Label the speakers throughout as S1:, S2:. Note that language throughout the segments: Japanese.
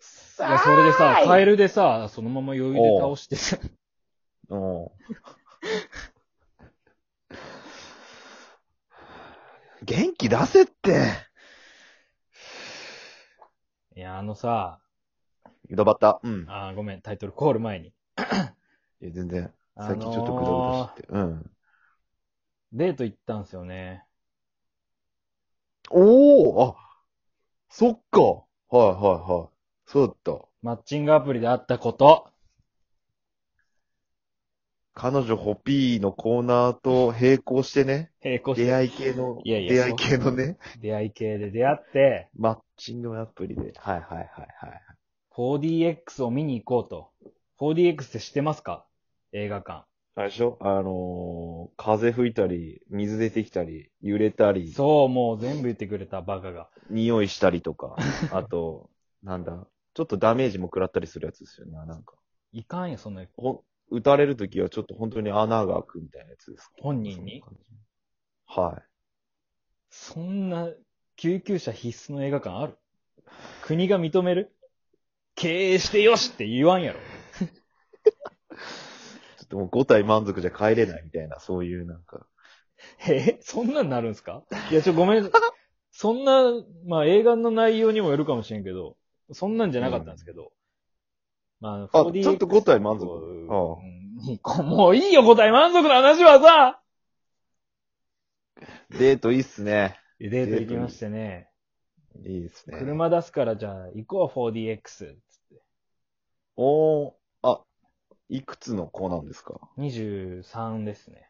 S1: さ
S2: い
S1: ー
S2: や、それでさ、カエルでさ、そのまま余裕で倒してさ、
S1: うん。元気出せって。
S2: いや、あのさ、
S1: 井戸端。うん。
S2: あーごめん、タイトルコール前に。
S1: いや全然。
S2: あ
S1: 最近ちょっとグダグダして。うん。
S2: デート行ったんすよね。
S1: おーあそっかはいはいはい。そうだった。
S2: マッチングアプリで会ったこと。
S1: 彼女ホピーのコーナーと並行してね、
S2: 並行して
S1: 出会い系の、
S2: いやいや
S1: 出会い系のね、
S2: 出会い系で出会って、
S1: マッチングアプリで。はいはいはいはい。
S2: 4DX を見に行こうと。4DX って知ってますか映画館。
S1: あれでしょあのー風吹いたり、水出てきたり、揺れたり、
S2: そう、もう全部言ってくれたバカが。
S1: 匂いしたりとか、 あと、なんだ、ちょっとダメージも食らったりするやつですよね、なんか。
S2: いかんよ、その
S1: ほん、打たれるときはちょっと本当に穴が開くみたいなやつですか。
S2: 本人に。
S1: そんな感じ
S2: そんな救急車必須の映画館ある国が認める経営してよしって言わんやろ。
S1: はい。ちょっともう5体満足じゃ帰れないみたいな、そういうなんか。
S2: えそんなんなるんすかいや、ちょ、ごめ ん。そんな、まあ映画の内容にもよるかもしれんけど、そんなんじゃなかったんですけど。まあ、
S1: あ
S2: 4DX
S1: ちょっと五体満足
S2: うん こもういいよ、五体満足の話はさ
S1: デートいいっすね。
S2: デート行きましてね。
S1: いいっすね。
S2: 車出すからじゃあ行こう 4DX つって。
S1: おー、あ、いくつの子なんですか
S2: 23ですね。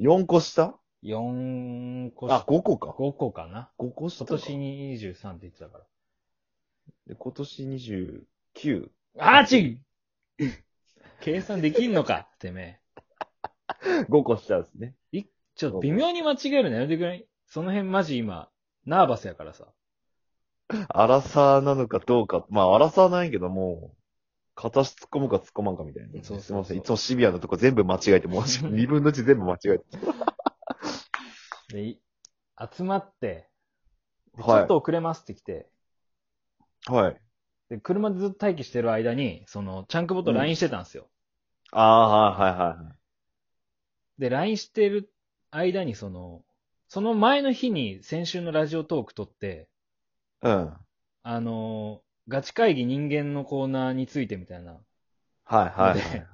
S1: ?4 個下
S2: 4個
S1: あ、5個か。
S2: 5個かな。
S1: 5個下
S2: 今
S1: か。
S2: 年に23って言ってたか
S1: で今年29。
S2: ら。あーち 計算できんのかてめ
S1: 5個下ですね。
S2: え。ちょっと微妙に間違えるのやめてくれんその辺マジ今、ナーバスやからさ。
S1: アラサーなのかどうか。まあ、アラサーなんやけども、片足突っ込むか突っ込まんかみたいな、
S2: そうそうそう
S1: すいません。いつもシビアなとこ全部間違えて、も う2分の1全部間違えて。
S2: で、い集まって、でちょ
S1: はい
S2: っと遅れますって来て、
S1: はい。
S2: で、車でずっと待機してる間に、その、チャンクボと
S1: うん
S2: LINE してたんですよ。
S1: ああ、はいはいはいはい。
S2: で、LINE してる間に、その、その前の日に先週のラジオトーク撮って、
S1: うん。
S2: あのー、ガチ会議人間のコーナーについてみたいな、
S1: はいはいはい
S2: で。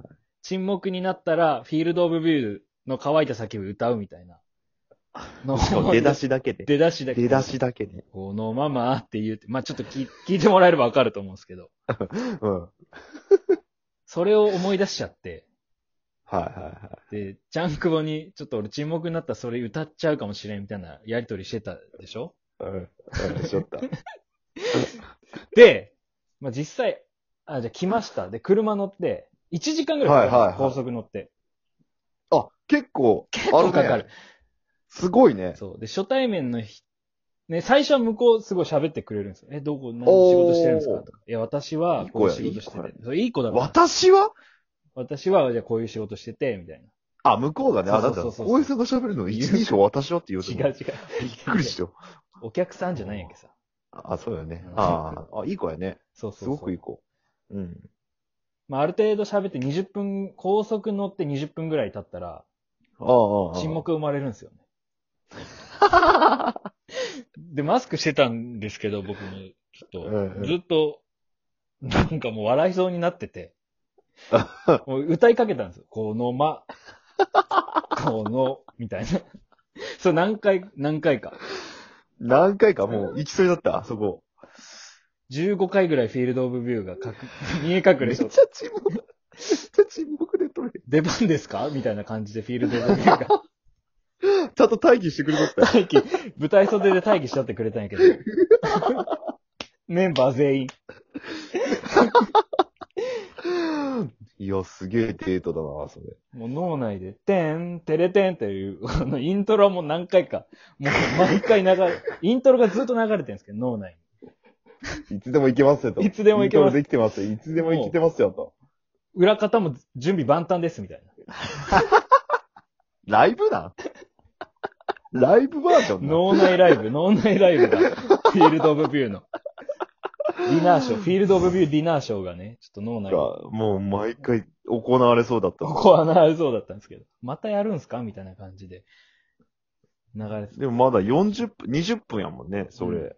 S2: 沈黙になったら、フィールドオブビューの乾いた叫び歌うみたいな。の
S1: しかも出だ
S2: し。
S1: しだけで。
S2: 出だしだけ。
S1: 出だしだけで。
S2: このままって言うて、まあちょっと聞い聞いてもらえればわかると思うんですけど、
S1: うん。はい
S2: それを思い出しちゃって、
S1: はいはい。
S2: で、ジャンクボに、ちょっと俺沈黙になったらそれ歌っちゃうかもしれんみたいなやりとりしてたでしょ
S1: うん。うん、しょった。
S2: で、まあ実際、あ、じゃあ来ました。で、車乗って、1時間ぐらいかかる、
S1: はいはいはい
S2: 高速乗って。
S1: あ、結構、
S2: 結構か
S1: あ
S2: か
S1: ね
S2: る。
S1: すごいね。
S2: そう。で、初対面の人、ね、最初は向こうすごい喋ってくれるんですよ。え、どこ、何仕
S1: お
S2: 事
S1: ー
S2: してるんですかとか。いや、私はい
S1: い
S2: こういう
S1: 子や
S2: 仕事して
S1: いい子や
S2: て。そういい子だから。
S1: 私は
S2: 私は、じゃあこういう仕事してて、みたいな。
S1: あ、向こうがね、あ、だって、
S2: そうそうそうそう
S1: 大江さんが喋るの一人称私はって言うと。
S2: 違う違う。
S1: びっくりしたよ。
S2: お客さんじゃないんやけどさ。
S1: あ、そうよね
S2: う。ん
S1: あーあ、いい子やね。
S2: そうそう
S1: す
S2: そう
S1: ごくいい子。うん。
S2: まあ、ある程度喋って20分、高速乗って20分ぐらい経ったら、
S1: ああ、ああ。
S2: 沈。黙生まれるん ですよね。で、マスクしてたんですけど、僕も、ちょ
S1: うん
S2: っ
S1: う
S2: と、
S1: ん
S2: ずっと、なんかもう笑いそうになって て、もう歌いかけたんですよ。この ま、この、みたいな。そう、何回、何回か。
S1: 何回かもう行きそうになった、あそこ。
S2: 15回ぐらいフィールドオブビューが隠、見え隠
S1: め
S2: れ
S1: っ
S2: し
S1: ちゃ
S2: て、
S1: 沈黙。めっちゃ沈黙で撮れる。
S2: 出番ですかみたいな感じでフィールドオブビューが。
S1: ちゃんと待機してくれとったよ。
S2: 待機、舞台袖で待機しちゃってくれたんやけ ど。メンバー全員。
S1: いや、すげえデートだな、それ。
S2: もう脳内で、てん、てれてんっていう、あの、イントロはもう何回か、もう毎回流 れ、イントロがずっと流れてるんですけど、脳内
S1: いつでも行けますよと。
S2: いつでも行けます
S1: いつでもできてますよ。いつでも行けてますよと。
S2: に。裏方も準備万端です、みたい
S1: ライブなんライブバージョ
S2: な。
S1: ンなん
S2: 脳内ライブ、脳内ライブが、フィールドオブビューの。ディナーショー、フィールドオブビューディナーショーがね、ちょっと脳内で
S1: が、もう毎回行われそうだった
S2: こ。 こはなりそうだったんですけど、またやるんすかみたいな感じで、流れて
S1: でもまだ40分、20分やもんね、それ。
S2: うん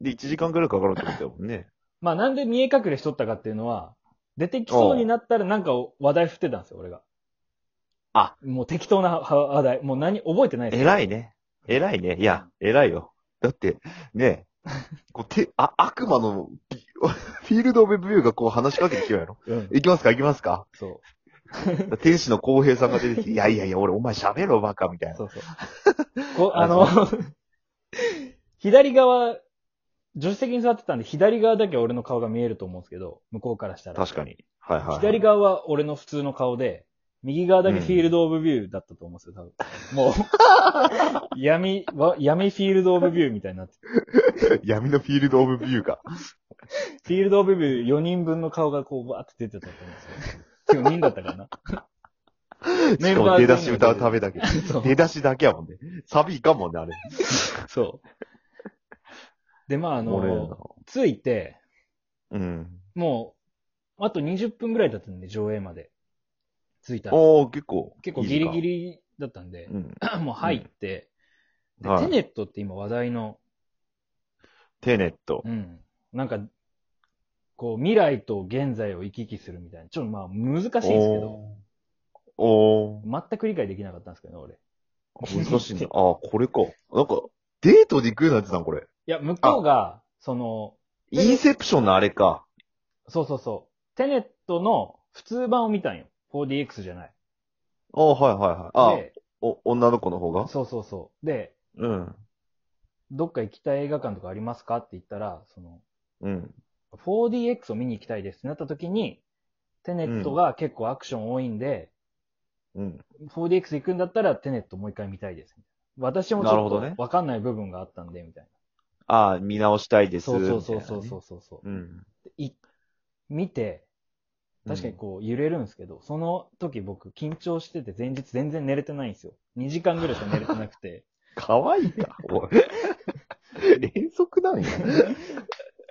S1: で、1時間くらいかかるってことやもんね。
S2: まあなんで見え隠れしとったかっていうのは、出てきそうになったらなんか話題振ってたんですよ、俺が。
S1: あ。
S2: もう適当なは話題。もう何、覚えてないです
S1: 偉いね。偉いね。いや、偉いよ。だって、ねえ、こう手、あ、悪魔のビ、フィールドオブビューがこう話しかけてきてるやろ。
S2: うん。
S1: 行きますか行きますか
S2: そう。
S1: 天使の公平さんが出てきて、いやいやいや、俺お前喋ろ、バカ、みたいな。
S2: そうそう。 こあの、 左側、助手席に座ってたんで、左側だけ俺の顔が見えると思うんですけど、向こうからしたら。
S1: 確かに。はいはい。
S2: 左側は俺の普通の顔で、右側だけフィールドオブビューだったと思うんですよ、多分。 もう、闇わ、闇フィールドオブビューみたいになってて
S1: 闇のフィールドオブビューが。
S2: フィールドオブビュー4人分の顔がこう、バーって出てたと思うんですよ。4人だったか な。メンバー
S1: しか
S2: 全員
S1: も出だし歌うためだけ。
S2: そう。
S1: 出だしだけやもんね。サビいかんもんね、あれ。
S2: そう。で、まあ、あ
S1: 俺
S2: の、
S1: の
S2: 着いて、
S1: うん。
S2: もう、あと20分ぐらいだったんで、上映まで。着いたら。
S1: おー、結構。
S2: 結構ギリギ
S1: リ。
S2: リだったんで
S1: う、ん。
S2: もう入って、で
S1: はい
S2: テネットって今話題の、
S1: テネット。
S2: うん。なんか、こう、未来と現在を行き来するみたいな。ちょっとまあ、難しいんですけど、
S1: おーお
S2: 全く理解できなかったんですけどね、俺。
S1: ー難しい んだ。あー、これか。なんか、デートで行くようになってたん、これ。
S2: いや、向こうが、その、
S1: インセプションのあれか。
S2: そうそうそう、テネットの普通版を見たんよ。4DX じゃない。
S1: あー、はいはいはい。
S2: で、
S1: あ、お、女の子の方が
S2: そうそうそう。で、
S1: うん。
S2: どっか行きたい映画館とかありますかって言ったら、その、
S1: うん。
S2: 4DX を見に行きたいですってなった時に、テネットが結構アクション多いんで、
S1: うん。
S2: 4DX 行くんだったらテネットもう一回見たいです。私もち
S1: なる
S2: ょ
S1: ほ
S2: っ
S1: どね
S2: とわかんない部分があったんで、みたいな。
S1: あー、見直したいです。
S2: そうそうそうそう
S1: みたいな
S2: そ
S1: ね
S2: うそうそう、
S1: うん。
S2: い見て、確かにこう揺れるんですけど、その時僕緊張してて前日全然寝れてないんですよ。2時間ぐらいしか寝れてなくて。
S1: かわいいか、おい。 連続なんや。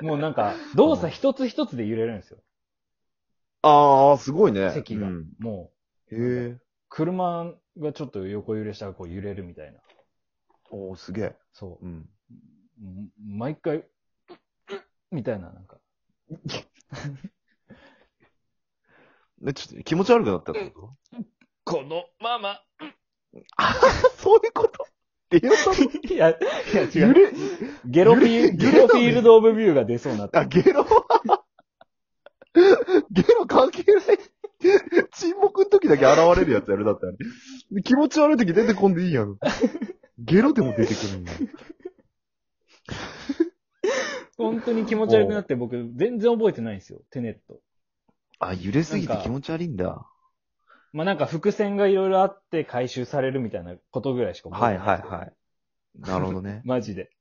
S2: もうなんか動作一つ一つで揺れるんですよ。
S1: ああ、すごいね。
S2: 席が
S1: うん
S2: もう
S1: へえ。
S2: 車がちょっと横揺れしたらこう揺れるみたいな。
S1: おー、すげえ。
S2: そう
S1: うん。
S2: う。毎回、みたいななんか。
S1: ね、ちょっと気持ち悪くなったってこと
S2: このママ
S1: そういうこと出ようと
S2: いや、いや違
S1: 揺
S2: う。
S1: れ、
S2: ゲロフィー、
S1: ゲロ
S2: ゲロフィールドオブビューが出そうになった。
S1: あ、ゲロは、ゲロ関係ない。沈黙の時だけ現れるやつやるだったら、ね、気持ち悪い時出てこんでいいやん。ゲロでも出てくるんだ。
S2: 本当に気持ち悪くなって僕全然覚えてないんですよ。テネット。
S1: あ、揺れすぎて
S2: なんか
S1: 気持ち悪いんだ。
S2: まあなんか伏線がいろいろあって回収されるみたいなことぐらいしか覚
S1: は
S2: え
S1: い
S2: てない。。
S1: はいはい。なるほどね
S2: マジで。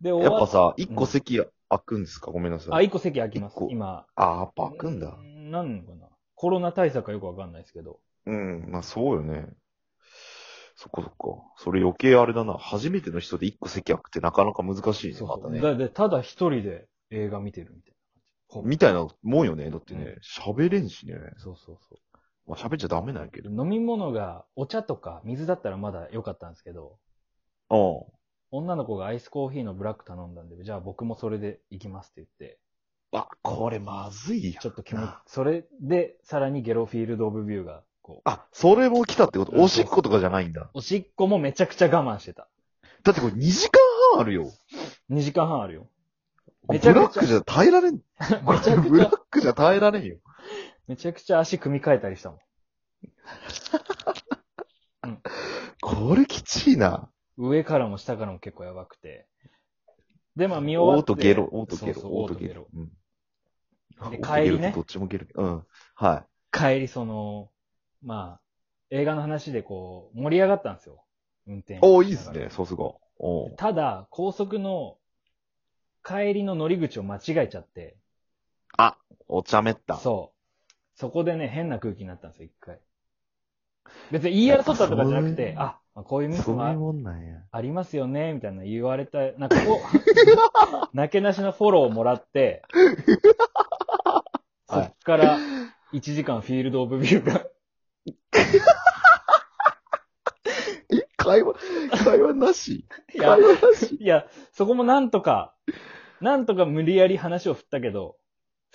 S2: で、
S1: や
S2: 終
S1: っ
S2: わ
S1: ぱ
S2: っ
S1: さ、一個席開くんですかごめんなさ
S2: あ、
S1: い。
S2: 一個席空きます
S1: 一個。
S2: 今。
S1: あ、やっぱ開くんだ
S2: う。んなんのかな。コロナ対策はよくわかんないですけど。
S1: うん、まあそうよね。そっかそっか。それ余計あれだな。初めての人で一個席開くってなかなか難しいね。
S2: そう
S1: ま
S2: そ
S1: た
S2: う。
S1: ね。
S2: だってただ一人で映画見てるみたいな感じ。
S1: みたいなもんよね。だってね、喋れんしね。
S2: そうそうそ
S1: まあ、喋っちゃダメなんやけど。
S2: う。飲み物がお茶とか水だったらまだ良かったんですけど、
S1: う
S2: 女の子がアイスコーヒーのブラック頼んだんで、じゃあ僕もそれで行きますって言って、
S1: ん。あ、これまずいや
S2: ちょっと気持ち
S1: な、
S2: それでさらにゲロフィールドオブビューが、こう、
S1: あ、それも来たってこと
S2: うん
S1: おしっことかじゃないんだ。
S2: おしっこもめちゃくちゃ我慢してた。
S1: だってこれ2時間半あるよ。
S2: 2時間半あるよ。
S1: ブ
S2: めちゃくちゃ
S1: ラックじゃ耐えられん。こ
S2: めちゃ
S1: れ
S2: く
S1: ブ
S2: ち
S1: ラ
S2: ゃ、
S1: ックじゃ耐えられんよ。
S2: めちゃくちゃ足組み替えたりしたも
S1: これきちいな。
S2: ん。上からも下からも結構やばくて。で、まあ見終わ
S1: オー
S2: って。
S1: トゲロ、オートゲロ、
S2: そうそう
S1: オ
S2: オ
S1: ー
S2: ー
S1: ト
S2: ト
S1: ゲ
S2: ゲ
S1: ロ
S2: ロ。
S1: うん
S2: で
S1: オートゲロ
S2: 帰りね
S1: どっちもゲロ。うん。は
S2: 帰り、その、まあ、映画の話でこう、盛り上がったんですよ。運転し
S1: い。
S2: ながら。
S1: おーいいっすね。さすが。おー
S2: ただ、高速の、帰りの乗り口を間違えちゃって。
S1: お茶目った。
S2: そう。そこでね、変な空気になったんですよ、一回。別に言い争ったとかじゃなく
S1: そうね
S2: て、あ、まあ、こういうミス
S1: そういう
S2: も
S1: もんなんや。
S2: ありますよね、みたいな言われた、なんかこう、なけなしのフォローをもらって、そっから1時間フィールドオブビューが、
S1: え会話、会話な し
S2: い
S1: 会
S2: や、
S1: 話なし
S2: いや、そこもなんとか、なんとか無理やり話を振ったけど、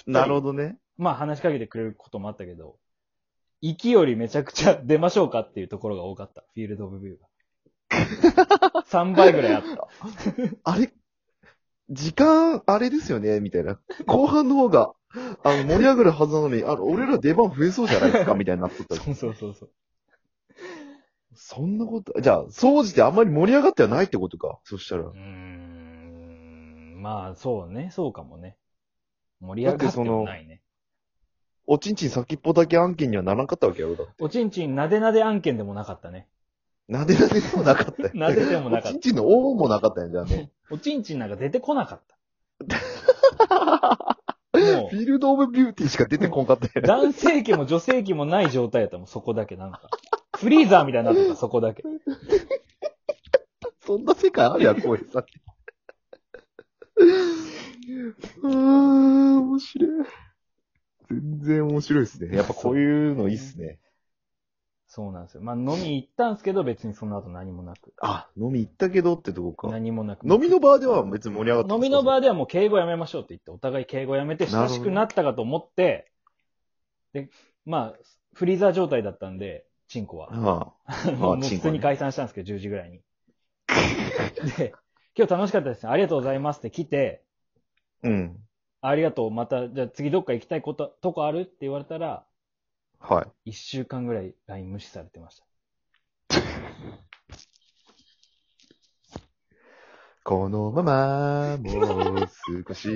S1: なるほどね。
S2: まあ話しかけてくれることもあったけど、勢いよりめちゃくちゃ出ましょうかっていうところが多かった。フィールドオブビューが。3倍ぐらいあった。
S1: あれ時間、あれですよねみたいな。後半の方が、あの、盛り上がるはずなのに、あの、俺ら出番増えそうじゃないですかみたいになっとった。
S2: そうそうそうそう。
S1: そんなこと、じゃあ、総じてあんまり盛り上がってはないってことか。そしたら
S2: う。ーん、まあそうね、そうかもね。盛り
S1: だ
S2: 上
S1: っ
S2: が
S1: て
S2: って
S1: その
S2: もないね。
S1: おちんちん先っぽだけ案件にはならんかったわけやろだって。
S2: おちんちんなでなで案件でもなかったね。
S1: なでなででもなかったよ。
S2: なででもなかっ
S1: おち
S2: た
S1: ん。ちんの王もなかったんじゃあね。
S2: おちんちんなんか出てこなかった。も
S1: フィールドオブビューティーしか出てこんかった
S2: う、
S1: よ。
S2: 男性器も女性器もない状態やったもん、そこだけなんか。フリーザーみたいになってた、そこだけ。
S1: そんな世界あるやん、こういうさ。うーん、面白い。全然面白いですね。やっぱこういうのいいっすね。
S2: そうなんですよ。まあ飲み行ったんですけど、別にその後何もなく。
S1: あ、飲み行ったけどってとこか。
S2: 何もなく。
S1: 飲みの場では別に盛り上がった
S2: 飲
S1: んで
S2: み
S1: すか
S2: の場ではもう敬語やめましょうって言って、お互い敬語やめて親しくなったかと思って、で、まあ、フリーザー状態だったんで、チンコは。
S1: は
S2: もう
S1: チンコね
S2: 普通に解散したんですけど、10時ぐらいに。で、今日楽しかったですね。ありがとうございますって来て、
S1: あ、うん。
S2: ありがとう、また、じゃあ次どっか行きたいこと、とこあるって言われたら、
S1: はい。
S2: 1週間ぐらい LINE 無視されてました。
S1: このまま、もう少し。